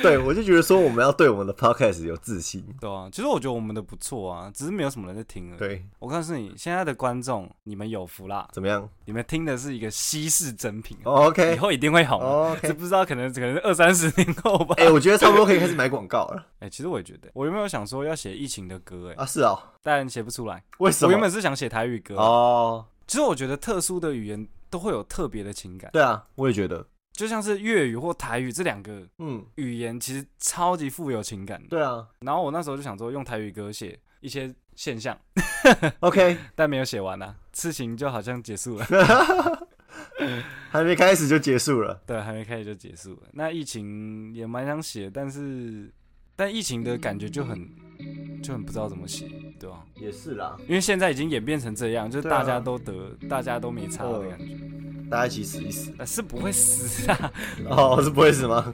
[SPEAKER 2] 对，我就觉得说我们要对我们的 podcast 有自信。
[SPEAKER 1] 对啊，其实我觉得我们的不错啊，只是没有什么人在听而已。
[SPEAKER 2] 对，
[SPEAKER 1] 我告诉你，现在的观众，你们有福啦，
[SPEAKER 2] 怎么样、哦
[SPEAKER 1] 你们听的是一个稀世珍品，啊
[SPEAKER 2] o k
[SPEAKER 1] 以后一定会好。
[SPEAKER 2] o
[SPEAKER 1] 这
[SPEAKER 2] k
[SPEAKER 1] 不知道可能可能二三十年后吧。
[SPEAKER 2] 哦哎、我觉得差不多可以开始买广告了
[SPEAKER 1] 哎、其实我也觉得，我原本有想说要写疫情的歌、哎、
[SPEAKER 2] 啊！是哦，
[SPEAKER 1] 但写不出来。
[SPEAKER 2] 为什
[SPEAKER 1] 我
[SPEAKER 2] 么？
[SPEAKER 1] 原本是想写台语歌、
[SPEAKER 2] 哦，
[SPEAKER 1] 其实我觉得特殊的语言都会有特别的情感，
[SPEAKER 2] 对啊，我也觉得，
[SPEAKER 1] 就像是粤语或台语这两个
[SPEAKER 2] 嗯，
[SPEAKER 1] 语言，其实超级富有情感的。
[SPEAKER 2] 对啊
[SPEAKER 1] 然后我那时候就想说，用台语歌写一些现象，
[SPEAKER 2] ，OK，
[SPEAKER 1] 但没有写完啊，事情就好像结束了。
[SPEAKER 2] 还没开始就结束了。
[SPEAKER 1] 对，还没开始就结束了。那疫情也蛮想写，但是但疫情的感觉就很就很不知道怎么写，对吧、
[SPEAKER 2] 也是啦，
[SPEAKER 1] 因为现在已经演变成这样，就是
[SPEAKER 2] 对啊呃
[SPEAKER 1] 大家都得，大家都没差的感觉，
[SPEAKER 2] 大家一起死一死。
[SPEAKER 1] 呃是不会死啊。
[SPEAKER 2] 哦，是不会死吗？